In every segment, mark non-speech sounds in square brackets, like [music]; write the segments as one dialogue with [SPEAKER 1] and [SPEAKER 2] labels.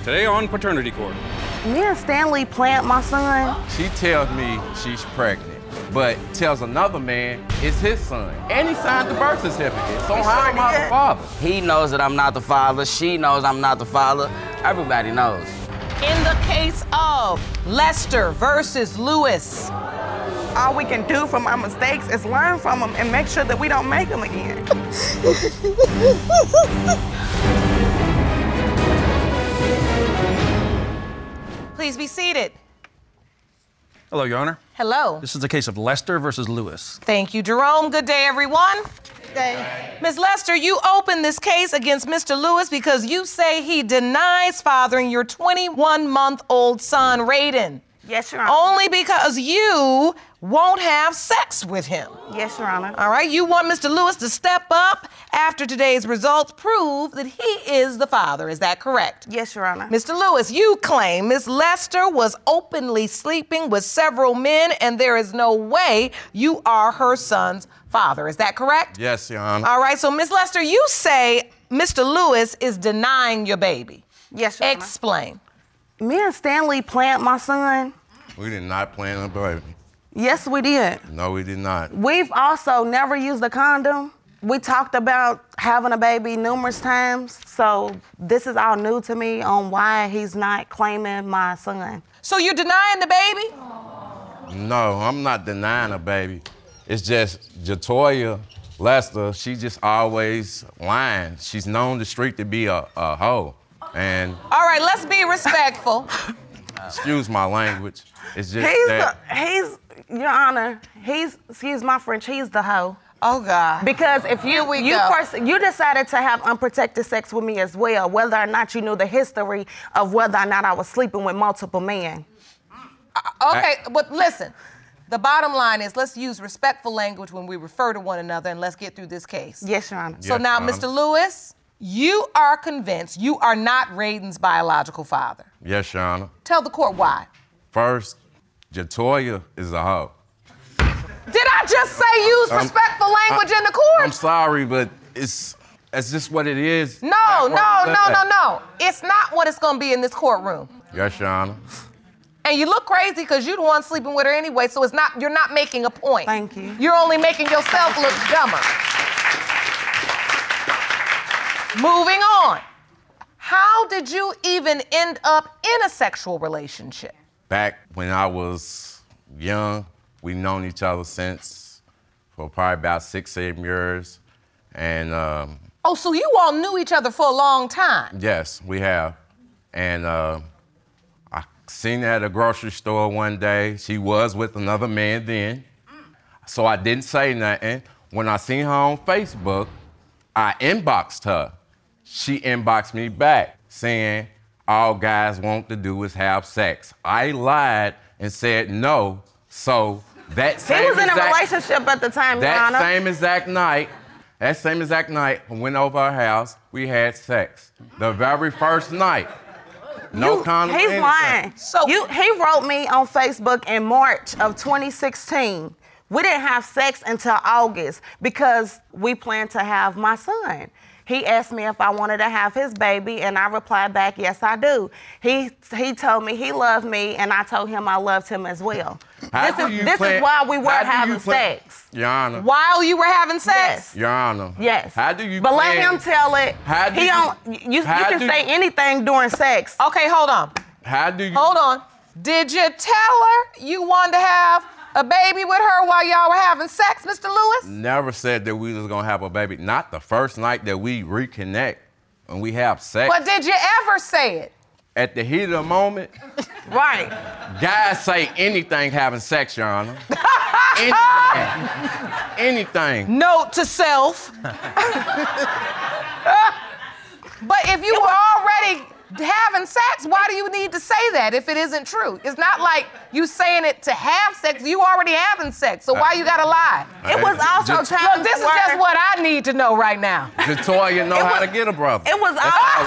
[SPEAKER 1] Today on Paternity Court.
[SPEAKER 2] Yeah, Stanley plant my son.
[SPEAKER 3] She tells me she's pregnant, but tells another man it's his son. And he signed the birth certificate. So how am I the father?
[SPEAKER 4] He knows that I'm not the father. She knows I'm not the father. Everybody knows.
[SPEAKER 5] In the case of Lester versus Lewis,
[SPEAKER 2] All we can do from our mistakes is learn from them and make sure that we don't make them again.
[SPEAKER 5] please be seated.
[SPEAKER 6] Hello, Your Honor.
[SPEAKER 5] Hello.
[SPEAKER 6] This is the case of Lester versus Lewis.
[SPEAKER 5] Thank you, Jerome. Good day, everyone. Ms. Lester, you open this case against Mr. Lewis because you say he denies fathering your 21 month old son, Raiden,
[SPEAKER 2] Yes, Your Honor.
[SPEAKER 5] only because you won't have sex with him.
[SPEAKER 2] Yes, Your Honor. Uh,
[SPEAKER 5] All right, you want Mr. Lewis to step up after today's results prove that he is the father. Is that correct?
[SPEAKER 2] Yes, Your Honor.
[SPEAKER 5] Mr. Lewis, you claim Miss Lester was openly sleeping with several men, and there is no way you are her son's father. Is that correct?
[SPEAKER 3] Yes, Your Honor.
[SPEAKER 5] All right, so Miss Lester, you say Mr. Lewis is denying your baby.
[SPEAKER 2] Yes, Your Honor.
[SPEAKER 5] Explain.
[SPEAKER 2] Me and Stanley plant my son.
[SPEAKER 3] We did not plan on baby.
[SPEAKER 2] Yes, we did.
[SPEAKER 3] No, we did not.
[SPEAKER 2] We've also never used a condom. We talked about having a baby numerous times, so this is all new to me on why he's not claiming my son.
[SPEAKER 5] So you're denying the baby?
[SPEAKER 3] No, I'm not denying her, baby. It's just Jatoya Lester, she just always lying. She's known the street to be a, a hoe. And
[SPEAKER 5] All right, let's be respectful.
[SPEAKER 3] excuse my language. It's just
[SPEAKER 2] He's the,
[SPEAKER 3] that
[SPEAKER 2] he's Your Honor. He's excuse my French. He's the hoe.
[SPEAKER 5] oh, God.
[SPEAKER 2] Because if you
[SPEAKER 5] we
[SPEAKER 2] you
[SPEAKER 5] go.
[SPEAKER 2] pers- you decided to have unprotected sex with me as well, whether or not you knew the history of whether or not I was sleeping with multiple men.
[SPEAKER 5] Okay, but listen. The bottom line is let's use respectful language when we refer to one another and let's get through this case.
[SPEAKER 2] Yes, Your Honor.
[SPEAKER 5] So
[SPEAKER 3] Yes,
[SPEAKER 5] now,
[SPEAKER 3] Your Honor.
[SPEAKER 5] Mr. Lewis, you are convinced you are not Raiden's biological father.
[SPEAKER 3] Yes, Your Honor.
[SPEAKER 5] Tell the court why.
[SPEAKER 3] First, Jatoya is a hoe.
[SPEAKER 5] Did I just say use
[SPEAKER 3] Um,
[SPEAKER 5] respectful language
[SPEAKER 3] I-
[SPEAKER 5] in the court?
[SPEAKER 3] I'm sorry, but it's it's just what it is.
[SPEAKER 5] no,
[SPEAKER 3] That's why
[SPEAKER 5] no,
[SPEAKER 3] we left
[SPEAKER 5] no, no,
[SPEAKER 3] that.
[SPEAKER 5] no. It's not what it's gonna be in this courtroom.
[SPEAKER 3] Yes, Your Honor.
[SPEAKER 5] And you look crazy because you're the one sleeping with her anyway, so it's not you're not making a point.
[SPEAKER 2] Thank you.
[SPEAKER 5] You're only making yourself look dumber. Moving on. How did you even end up in a sexual relationship?
[SPEAKER 3] Back when I was young, we've known each other since for probably about six, seven years, and um,
[SPEAKER 5] Oh, so you all knew each other for a long time.
[SPEAKER 3] Yes, we have. And uh, I seen her at a grocery store one day. She was with another man then. So I didn't say nothing. When I seen her on Facebook, I inboxed her. She inboxed me back saying, All guys want to do is have sex. I lied and said no. So that
[SPEAKER 2] He
[SPEAKER 3] same
[SPEAKER 2] was in a
[SPEAKER 3] exact-
[SPEAKER 2] relationship at the time, Your
[SPEAKER 3] that
[SPEAKER 2] Honor.
[SPEAKER 3] same exact night, that same exact night, I went over her house. We had sex. The very first night. No condom.
[SPEAKER 2] He's
[SPEAKER 3] anything.
[SPEAKER 2] lying.
[SPEAKER 5] So-
[SPEAKER 2] So you, he wrote me on Facebook in March of 2016. We didn't have sex until August because we planned to have my son. He asked me if I wanted to have his baby, and I replied back, "Yes, I do." He he told me he loved me, and I told him I loved him as well.
[SPEAKER 3] How
[SPEAKER 2] this
[SPEAKER 3] do
[SPEAKER 2] is
[SPEAKER 3] you
[SPEAKER 2] this
[SPEAKER 3] plan-
[SPEAKER 2] is why we were
[SPEAKER 3] how do you
[SPEAKER 2] having
[SPEAKER 3] plan-
[SPEAKER 2] sex.
[SPEAKER 3] Your Honor.
[SPEAKER 5] While you were having sex?
[SPEAKER 2] Yes.
[SPEAKER 3] Your Honor.
[SPEAKER 2] Yes.
[SPEAKER 3] How do you
[SPEAKER 2] But let
[SPEAKER 3] plan-
[SPEAKER 2] him tell it.
[SPEAKER 3] How do
[SPEAKER 2] he
[SPEAKER 3] you-
[SPEAKER 2] don't. You, you
[SPEAKER 3] how
[SPEAKER 2] can
[SPEAKER 3] do-
[SPEAKER 2] say anything during sex.
[SPEAKER 5] Okay, hold on.
[SPEAKER 3] How do you
[SPEAKER 5] Hold on. Did you tell her you wanted to have a baby with her while y'all were having sex, Mr. Lewis?
[SPEAKER 3] never said that we was gonna have a baby? Not the first night that we reconnect and we have sex.
[SPEAKER 5] But did you ever say it?
[SPEAKER 3] At the heat of the moment,
[SPEAKER 2] Right.
[SPEAKER 3] guys say anything having sex, Your
[SPEAKER 2] [laughs]
[SPEAKER 3] Honor. anything. anything.
[SPEAKER 5] Note to self. [laughs] but if you were already having sex, why do you need to say that if it isn't true? It's not like you saying it to have sex. You already having sex, so why you gotta lie?
[SPEAKER 2] It was also
[SPEAKER 3] Just-
[SPEAKER 2] time.
[SPEAKER 5] Look, this is just what I need to know right now.
[SPEAKER 3] Jatoya know how to get a brother.
[SPEAKER 2] it was
[SPEAKER 3] That's
[SPEAKER 2] all-
[SPEAKER 3] all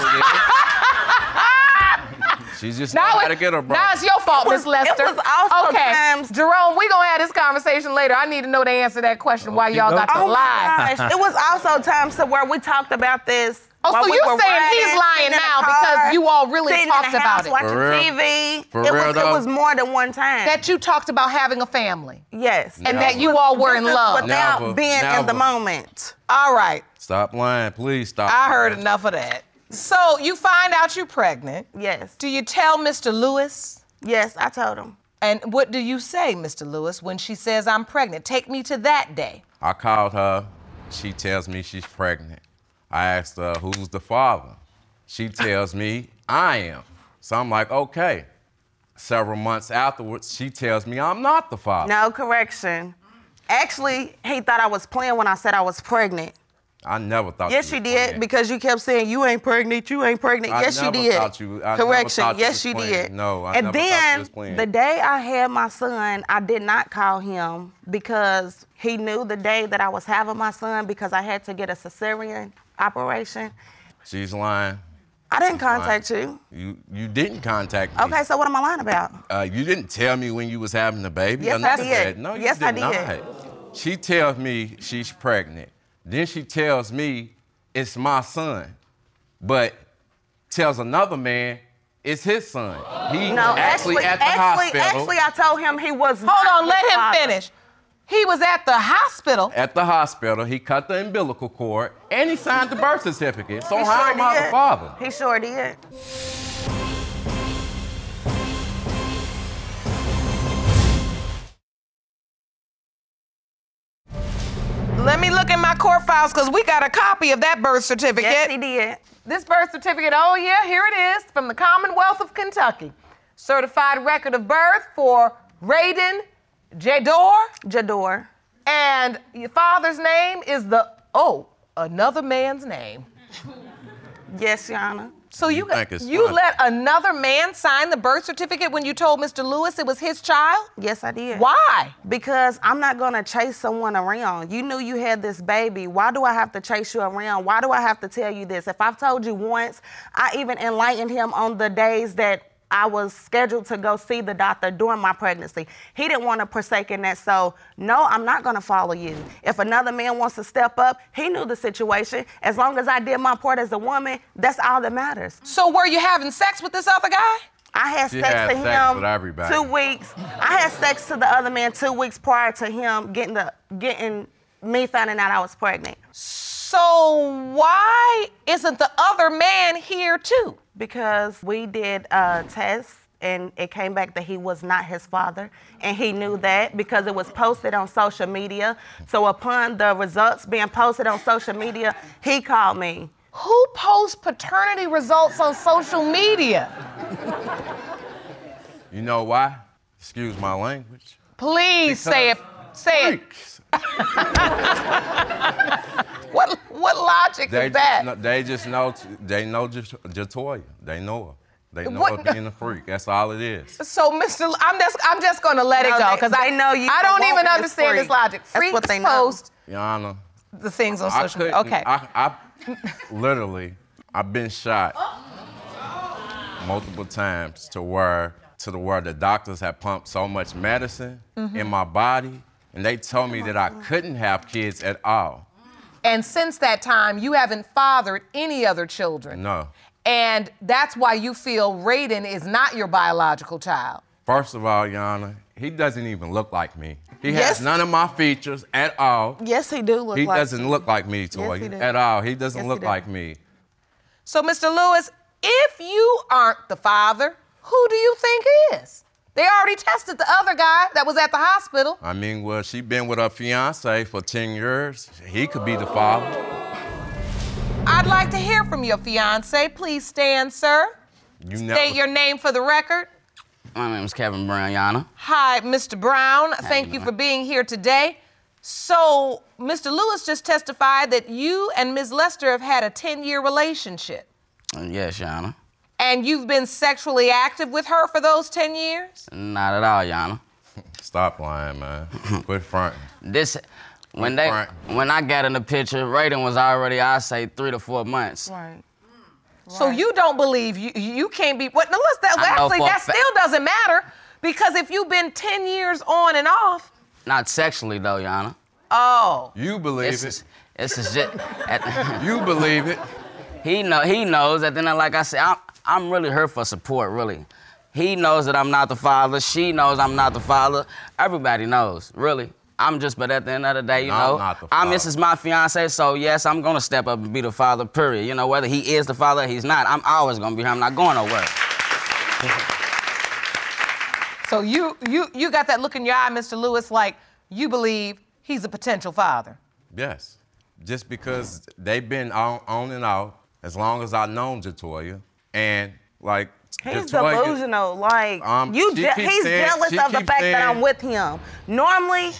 [SPEAKER 3] it
[SPEAKER 2] [laughs]
[SPEAKER 3] is. She just know
[SPEAKER 5] Now,
[SPEAKER 3] how
[SPEAKER 5] it-
[SPEAKER 3] to get a brother.
[SPEAKER 5] now it's your fault,
[SPEAKER 2] It
[SPEAKER 5] Miss
[SPEAKER 2] was-
[SPEAKER 5] Lester.
[SPEAKER 2] it was also
[SPEAKER 5] okay,
[SPEAKER 2] times-
[SPEAKER 5] Jerome, we gonna have this conversation later. I need to know the answer to that question. Why y'all got to
[SPEAKER 2] Oh
[SPEAKER 5] lie?
[SPEAKER 2] my gosh. It was also times to where we talked about this
[SPEAKER 5] Oh,
[SPEAKER 2] While
[SPEAKER 5] so
[SPEAKER 2] we
[SPEAKER 5] you're
[SPEAKER 2] were
[SPEAKER 5] saying he's
[SPEAKER 2] riding,
[SPEAKER 5] lying
[SPEAKER 2] sitting in the
[SPEAKER 5] now
[SPEAKER 2] car,
[SPEAKER 5] because you all really
[SPEAKER 2] sitting in
[SPEAKER 5] talked
[SPEAKER 2] the
[SPEAKER 5] about
[SPEAKER 2] house
[SPEAKER 5] it.
[SPEAKER 2] Watching
[SPEAKER 3] For real?
[SPEAKER 2] TV.
[SPEAKER 3] For
[SPEAKER 2] it,
[SPEAKER 3] real,
[SPEAKER 2] was, it
[SPEAKER 3] though?
[SPEAKER 2] was more than one time.
[SPEAKER 5] That you talked about having a family
[SPEAKER 2] yes.
[SPEAKER 5] and that
[SPEAKER 3] Never.
[SPEAKER 5] you all were in
[SPEAKER 2] This is
[SPEAKER 5] love.
[SPEAKER 2] Without
[SPEAKER 3] Never,
[SPEAKER 2] being in the
[SPEAKER 3] never.
[SPEAKER 2] moment.
[SPEAKER 5] all right.
[SPEAKER 3] Stop lying, please stop.
[SPEAKER 5] I heard
[SPEAKER 3] lying.
[SPEAKER 5] enough of that. So you find out you're pregnant.
[SPEAKER 2] Yes.
[SPEAKER 5] Do you tell Mr. Lewis?
[SPEAKER 2] Yes, I told him.
[SPEAKER 5] And what do you say, Mr. Lewis, when she says, I'm pregnant? Take me to that day.
[SPEAKER 3] I called her. She tells me she's pregnant. I asked her, who's the father? She tells me, I am. So I'm like, okay. Several months afterwards, she tells me I'm not the father.
[SPEAKER 2] No correction. Actually, he thought I was playing when I said I was pregnant.
[SPEAKER 3] I never thought
[SPEAKER 2] Yes, you
[SPEAKER 3] you was
[SPEAKER 2] did
[SPEAKER 3] playing.
[SPEAKER 2] because you kept saying you ain't pregnant, you ain't pregnant.
[SPEAKER 3] I
[SPEAKER 2] yes, you
[SPEAKER 3] never
[SPEAKER 2] did.
[SPEAKER 3] thought you- I never
[SPEAKER 2] Correction.
[SPEAKER 3] thought you
[SPEAKER 2] yes,
[SPEAKER 3] was
[SPEAKER 2] you
[SPEAKER 3] playing.
[SPEAKER 2] did.
[SPEAKER 3] No, I
[SPEAKER 2] and
[SPEAKER 3] never thought you
[SPEAKER 2] then
[SPEAKER 3] was playing.
[SPEAKER 2] the day I had my son, I did not call him because he knew the day that I was having my son because I had to get a cesarean operation.
[SPEAKER 3] She's lying.
[SPEAKER 2] I didn't contact you.
[SPEAKER 3] You you didn't contact me.
[SPEAKER 2] Okay, so what am I lying about?
[SPEAKER 3] Uh, you didn't tell me when you was having the baby.
[SPEAKER 2] Yes,
[SPEAKER 3] or
[SPEAKER 2] I
[SPEAKER 3] none of
[SPEAKER 2] did.
[SPEAKER 3] that. No, you
[SPEAKER 2] Yes,
[SPEAKER 3] did
[SPEAKER 2] I
[SPEAKER 3] not.
[SPEAKER 2] did.
[SPEAKER 3] She tells me she's pregnant. Then she tells me it's my son, but tells another man it's his son. He
[SPEAKER 2] No,
[SPEAKER 3] actually,
[SPEAKER 2] actually,
[SPEAKER 3] at the
[SPEAKER 2] actually,
[SPEAKER 3] hospital.
[SPEAKER 2] actually, I told him he was.
[SPEAKER 5] Hold on, let him finish. He was at the hospital.
[SPEAKER 3] at the hospital, he cut the umbilical cord and he signed the birth certificate. So
[SPEAKER 2] He
[SPEAKER 3] how
[SPEAKER 2] sure
[SPEAKER 3] am I the
[SPEAKER 2] did.
[SPEAKER 3] father?
[SPEAKER 2] He sure did.
[SPEAKER 5] Let me look in my court files because we got a copy of that birth certificate.
[SPEAKER 2] Yes, he did.
[SPEAKER 5] This birth certificate, oh yeah, here it is from the Commonwealth of Kentucky. Certified record of birth for Raiden Jador.
[SPEAKER 2] Jador.
[SPEAKER 5] And your father's name is the, oh, another man's name.
[SPEAKER 2] Yes, Your Honor.
[SPEAKER 5] So you,
[SPEAKER 3] think it's
[SPEAKER 5] you
[SPEAKER 3] funny.
[SPEAKER 5] let another man sign the birth certificate when you told Mr. Lewis it was his child?
[SPEAKER 2] Yes, I did.
[SPEAKER 5] Why?
[SPEAKER 2] Because I'm not gonna chase someone around. You knew you had this baby. Why do I have to chase you around? Why do I have to tell you this? If I've told you once, I even enlightened him on the days that I was scheduled to go see the doctor during my pregnancy. He didn't want to partake in that, so no, I'm not gonna follow you. If another man wants to step up, he knew the situation. As long as I did my part as a woman, that's all that matters.
[SPEAKER 5] So were you having sex with this other guy?
[SPEAKER 2] I had
[SPEAKER 3] She
[SPEAKER 2] sex
[SPEAKER 3] had
[SPEAKER 2] to
[SPEAKER 3] sex
[SPEAKER 2] him
[SPEAKER 3] with everybody.
[SPEAKER 2] two weeks. I had sex to the other man two weeks prior to him getting the getting me finding out I was pregnant
[SPEAKER 5] So why isn't the other man here too?
[SPEAKER 2] because we did a test and it came back that he was not his father and he knew that because it was posted on social media. So upon the results being posted on social media, he called me.
[SPEAKER 5] Who posts paternity results on social media?
[SPEAKER 3] You know why? Excuse my language.
[SPEAKER 5] Please say it. Say it.
[SPEAKER 3] Freaks.
[SPEAKER 5] What what logic
[SPEAKER 3] They
[SPEAKER 5] is that?
[SPEAKER 3] Just know, they just know. They know Jat- Jatoya. They know her. They know
[SPEAKER 5] What-
[SPEAKER 3] her being a freak. That's all it is.
[SPEAKER 5] so, Mr. L- I'm just I'm just gonna let it
[SPEAKER 2] No,
[SPEAKER 5] go
[SPEAKER 2] they-
[SPEAKER 5] because I
[SPEAKER 2] they know you
[SPEAKER 5] I
[SPEAKER 2] for
[SPEAKER 5] don't even
[SPEAKER 2] walking is
[SPEAKER 5] understand this
[SPEAKER 2] free.
[SPEAKER 5] logic.
[SPEAKER 2] That's
[SPEAKER 5] Freaks
[SPEAKER 2] what they know.
[SPEAKER 5] post
[SPEAKER 3] Your Honor,
[SPEAKER 5] the things on
[SPEAKER 3] I
[SPEAKER 5] social media.
[SPEAKER 3] couldn't-
[SPEAKER 5] Okay.
[SPEAKER 3] I, I literally, I've been shot multiple times to where to the where the doctors had pumped so much medicine
[SPEAKER 5] Mm-hmm.
[SPEAKER 3] in my body, and they told me that I couldn't have kids at all.
[SPEAKER 5] and since that time, you haven't fathered any other children.
[SPEAKER 3] No.
[SPEAKER 5] And that's why you feel Raiden is not your biological child.
[SPEAKER 3] First of all, Your Honor, he doesn't even look like me. He
[SPEAKER 2] Yes.
[SPEAKER 3] has none of my features at all.
[SPEAKER 2] Yes, he do look
[SPEAKER 3] He
[SPEAKER 2] like
[SPEAKER 3] doesn't look like me, Toy,
[SPEAKER 2] he do.
[SPEAKER 3] at all. He doesn't
[SPEAKER 2] Yes, he
[SPEAKER 3] look
[SPEAKER 2] do.
[SPEAKER 3] like me.
[SPEAKER 5] So, Mr. Lewis, if you aren't the father, who do you think is? They already tested the other guy that was at the hospital.
[SPEAKER 3] I mean, well, she been with her fiance for 10 years. He could be the father.
[SPEAKER 5] I'd like to hear from your fiance. Please stand, sir.
[SPEAKER 3] You
[SPEAKER 5] State your name for the record.
[SPEAKER 4] My name is Kevin Brown, Yana.
[SPEAKER 5] Hi, Mr. Brown. Thank you
[SPEAKER 4] ma'am.
[SPEAKER 5] for being here today. So, Mr. Lewis just testified that you and Ms. Lester have had a 10 year relationship,
[SPEAKER 4] Uh, Yes, Yana.
[SPEAKER 5] and you've been sexually active with her for those 10 years?
[SPEAKER 4] Not at all, Yana.
[SPEAKER 3] [laughs] Stop lying, man. Quit fronting.
[SPEAKER 4] This when they
[SPEAKER 3] Right.
[SPEAKER 4] when I got in the picture, Raiden was already I say three to four months.
[SPEAKER 2] Right.
[SPEAKER 5] So, you don't believe you, you can't be. What, no, let's, that,
[SPEAKER 4] I know
[SPEAKER 5] actually,
[SPEAKER 4] for a
[SPEAKER 5] that
[SPEAKER 4] fa-
[SPEAKER 5] still doesn't matter because if you've been 10 years on and off,
[SPEAKER 4] Not sexually though, Yana.
[SPEAKER 5] oh,
[SPEAKER 3] You believe
[SPEAKER 4] This
[SPEAKER 3] it.
[SPEAKER 4] is this is just at,
[SPEAKER 3] You believe it.
[SPEAKER 4] He know he knows that. Then, like I said, I'm I'm really here for support. Really, he knows that I'm not the father. She knows I'm not the father. Everybody knows. Really, I'm just. But at the end of the day, you
[SPEAKER 3] And I'm
[SPEAKER 4] know,
[SPEAKER 3] not the
[SPEAKER 4] this
[SPEAKER 3] father.
[SPEAKER 4] is my fiance. So yes, I'm gonna step up and be the father. Period. You know, whether he is the father, or he's not. I'm always gonna be here. I'm not going nowhere.
[SPEAKER 5] So you you you got that look in your eye, Mr. Lewis, like you believe he's a potential father.
[SPEAKER 3] Yes. Just because they've been on, on and off as long as I've known Jatoya. And like
[SPEAKER 2] He's
[SPEAKER 3] Jatoya-
[SPEAKER 2] delusional. Like
[SPEAKER 3] Um,
[SPEAKER 2] you,
[SPEAKER 3] she
[SPEAKER 2] je-
[SPEAKER 3] keeps
[SPEAKER 2] he's
[SPEAKER 3] saying-
[SPEAKER 2] jealous
[SPEAKER 3] she
[SPEAKER 2] of the
[SPEAKER 3] keeps
[SPEAKER 2] fact that
[SPEAKER 3] saying-
[SPEAKER 2] I'm with him. Normally,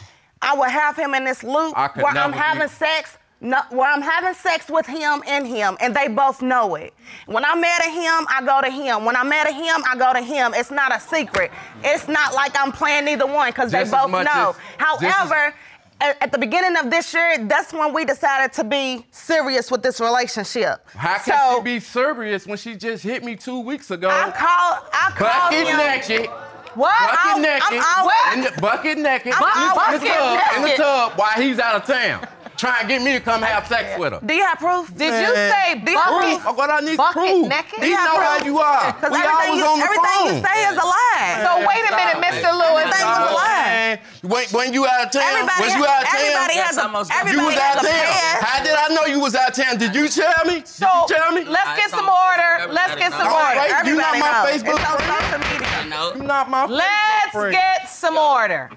[SPEAKER 2] I would have him in this loop
[SPEAKER 3] I could
[SPEAKER 2] where I'm
[SPEAKER 3] never be-
[SPEAKER 2] having sex. No, where I'm having sex with him and him, and they both know it. When I'm mad at him, I go to him. When I'm mad at him, I go to him. It's not a secret. It's not like I'm playing neither one because they
[SPEAKER 3] Just as
[SPEAKER 2] both
[SPEAKER 3] much
[SPEAKER 2] know.
[SPEAKER 3] as- just as-
[SPEAKER 2] However, at, at the beginning of this year, that's when we decided to be serious with this relationship.
[SPEAKER 3] How can
[SPEAKER 2] so
[SPEAKER 3] she be serious when she just hit me two weeks ago?
[SPEAKER 2] I call, I call
[SPEAKER 3] bucket
[SPEAKER 2] him.
[SPEAKER 3] naked.
[SPEAKER 5] What?
[SPEAKER 3] Bucket
[SPEAKER 2] I'm-
[SPEAKER 3] naked.
[SPEAKER 2] I'm always-
[SPEAKER 3] in the, bucket naked.
[SPEAKER 2] I'm
[SPEAKER 3] in,
[SPEAKER 2] always
[SPEAKER 3] the tub, in the
[SPEAKER 2] naked.
[SPEAKER 3] tub while he's out of town. Trying to get me to come have sex with her.
[SPEAKER 2] Do you have proof?
[SPEAKER 5] Did you say
[SPEAKER 2] Do you have proof?
[SPEAKER 5] bucket?
[SPEAKER 3] Oh, what I need
[SPEAKER 5] Bucket
[SPEAKER 3] proof.
[SPEAKER 5] naked?
[SPEAKER 3] These
[SPEAKER 5] Yeah,
[SPEAKER 3] know how
[SPEAKER 2] bro.
[SPEAKER 3] you are.
[SPEAKER 2] Because
[SPEAKER 3] we
[SPEAKER 2] everything,
[SPEAKER 3] always
[SPEAKER 2] you,
[SPEAKER 3] on the
[SPEAKER 2] everything
[SPEAKER 3] phone.
[SPEAKER 2] you say is a lie.
[SPEAKER 5] So wait a minute, Mr. Lewis.
[SPEAKER 2] Everything was a lie.
[SPEAKER 3] Man, when, when you out of town,
[SPEAKER 2] everybody,
[SPEAKER 3] when you out of town,
[SPEAKER 2] everybody
[SPEAKER 4] that's
[SPEAKER 2] has a,
[SPEAKER 4] almost-
[SPEAKER 2] everybody
[SPEAKER 3] you was
[SPEAKER 2] has
[SPEAKER 3] out
[SPEAKER 2] a
[SPEAKER 3] of town.
[SPEAKER 2] past.
[SPEAKER 3] How did I know you was out of town? Did you tell me? Did
[SPEAKER 5] So
[SPEAKER 3] you tell me?
[SPEAKER 5] let's get some order. Let's get some
[SPEAKER 3] All right,
[SPEAKER 5] order.
[SPEAKER 3] you not
[SPEAKER 2] Everybody
[SPEAKER 3] my
[SPEAKER 2] knows.
[SPEAKER 3] Facebook
[SPEAKER 2] It's on
[SPEAKER 3] friend?
[SPEAKER 2] social media.
[SPEAKER 3] you not my
[SPEAKER 5] Let's
[SPEAKER 3] friend.
[SPEAKER 5] get some order.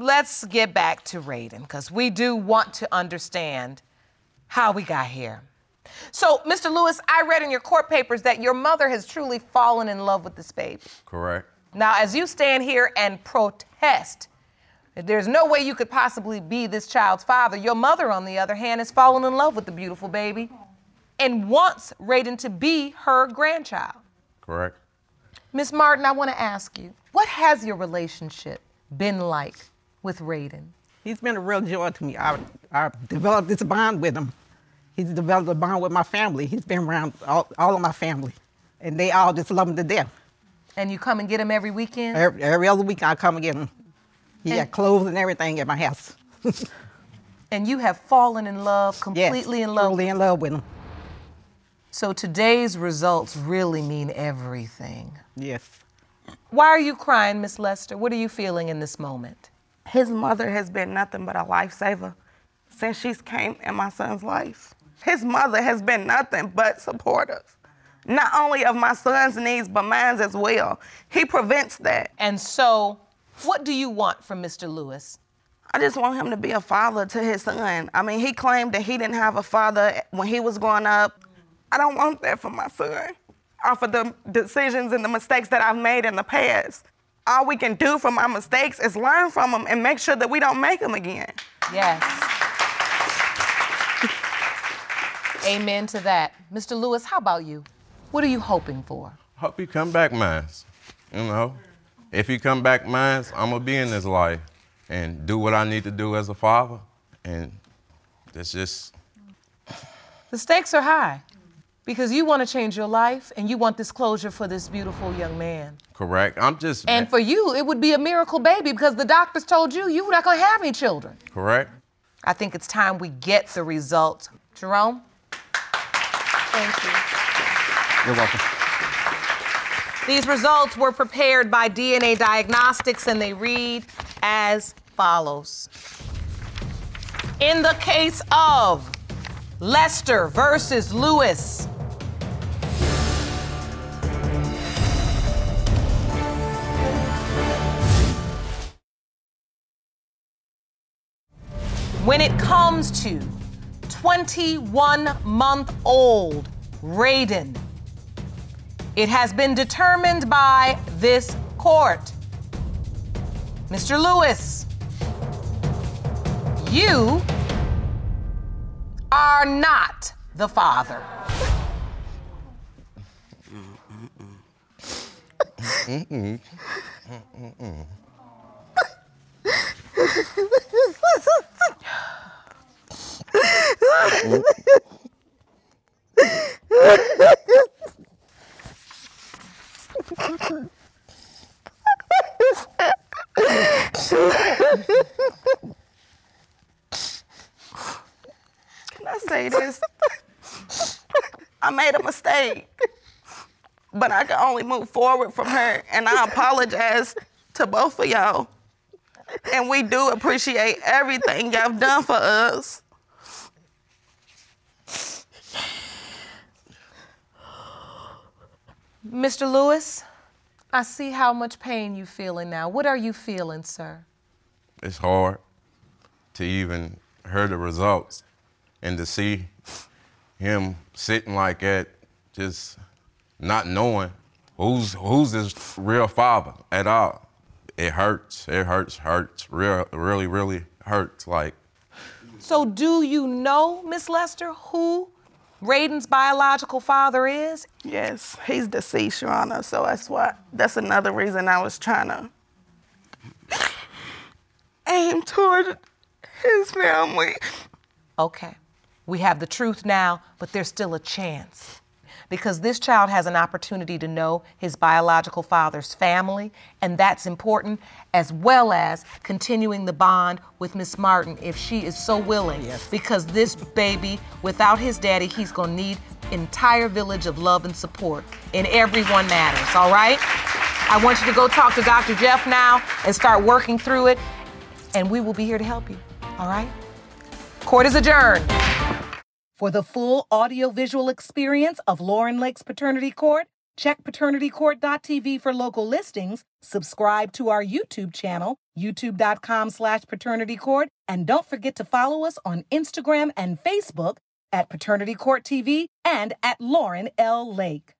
[SPEAKER 5] Let's get back to Raiden, because we do want to understand how we got here. So, Mr. Lewis, I read in your court papers that your mother has truly fallen in love with this baby.
[SPEAKER 3] Correct.
[SPEAKER 5] Now, as you stand here and protest, that there's no way you could possibly be this child's father. Your mother, on the other hand, has fallen in love with the beautiful baby and wants Raiden to be her grandchild.
[SPEAKER 3] Correct.
[SPEAKER 5] Miss Martin, I want to ask you, what has your relationship been like with Raiden?
[SPEAKER 1] He's been a real joy to me. I, I developed this bond with him. He's developed a bond with my family. He's been around all, all of my family, and they all just love him to death.
[SPEAKER 5] And you come and get him every weekend?
[SPEAKER 1] Every, every other week I come and get him. He got clothes and everything at my house.
[SPEAKER 5] and you have fallen in love,
[SPEAKER 1] Yes,
[SPEAKER 5] completely in love.
[SPEAKER 1] Totally in love with him.
[SPEAKER 5] So today's results really mean everything.
[SPEAKER 1] Yes.
[SPEAKER 5] Why are you crying, Miss Lester? What are you feeling in this moment?
[SPEAKER 2] His mother has been nothing but a lifesaver since she's came in my son's life. His mother has been nothing but supportive, not only of my son's needs, but mine as well. He prevents that.
[SPEAKER 5] And so, what do you want from Mr. Lewis?
[SPEAKER 2] I just want him to be a father to his son. I mean, he claimed that he didn't have a father when he was growing up. I don't want that for my son. Or for the decisions and the mistakes that I've made in the past. All we can do from our mistakes is learn from them and make sure that we don't make them again.
[SPEAKER 5] Yes. Amen to that. Mr. Lewis, how about you? What are you hoping for?
[SPEAKER 3] Hope he come back mines. You know? If he come back mines, I'm gonna be in his life and do what I need to do as a father. And that's just
[SPEAKER 5] The stakes are high because you want to change your life and you want this closure for this beautiful young man.
[SPEAKER 3] correct. I'm just
[SPEAKER 5] And for you, it would be a miracle baby because the doctors told you you were not going to have any children.
[SPEAKER 3] correct.
[SPEAKER 5] I think it's time we get the results. Jerome? Thank you.
[SPEAKER 6] You're welcome.
[SPEAKER 5] These results were prepared by DNA Diagnostics and they read as follows. In the case of Lester versus Lewis, when it comes to 21 month old Raiden, it has been determined by this court. Mr. Lewis, you are not the father.
[SPEAKER 2] Can I say this? I made a mistake. but I can only move forward from her. And I apologize to both of y'all. And we do appreciate everything y'all have done for us.
[SPEAKER 5] Mr. Lewis, I see how much pain you feeling now. What are you feeling, sir?
[SPEAKER 3] It's hard to even hear the results and to see him sitting like that, just not knowing who's who's his real father at all. It hurts. It hurts. Hurts. Real, really, really hurts. Like
[SPEAKER 5] So do you know, Miss Lester, who Raiden's biological father is?
[SPEAKER 2] Yes, he's deceased, Your Honor. So that's why, that's another reason I was trying to aim toward his family.
[SPEAKER 5] Okay. We have the truth now, but there's still a chance. Because this child has an opportunity to know his biological father's family, and that's important, as well as continuing the bond with Miss Martin if she is so willing. Because this baby, without his daddy, he's gonna need entire village of love and support, and everyone matters, all right? I want you to go talk to Dr. Jeff now and start working through it, and we will be here to help you, all right? Court is adjourned.
[SPEAKER 7] For the full audiovisual experience of Lauren Lake's Paternity Court, check paternitycourt.tv for local listings, subscribe to our YouTube channel, youtube.com slash paternitycourt, and don't forget to follow us on Instagram and Facebook at Paternity Court TV and at Lauren L. Lake.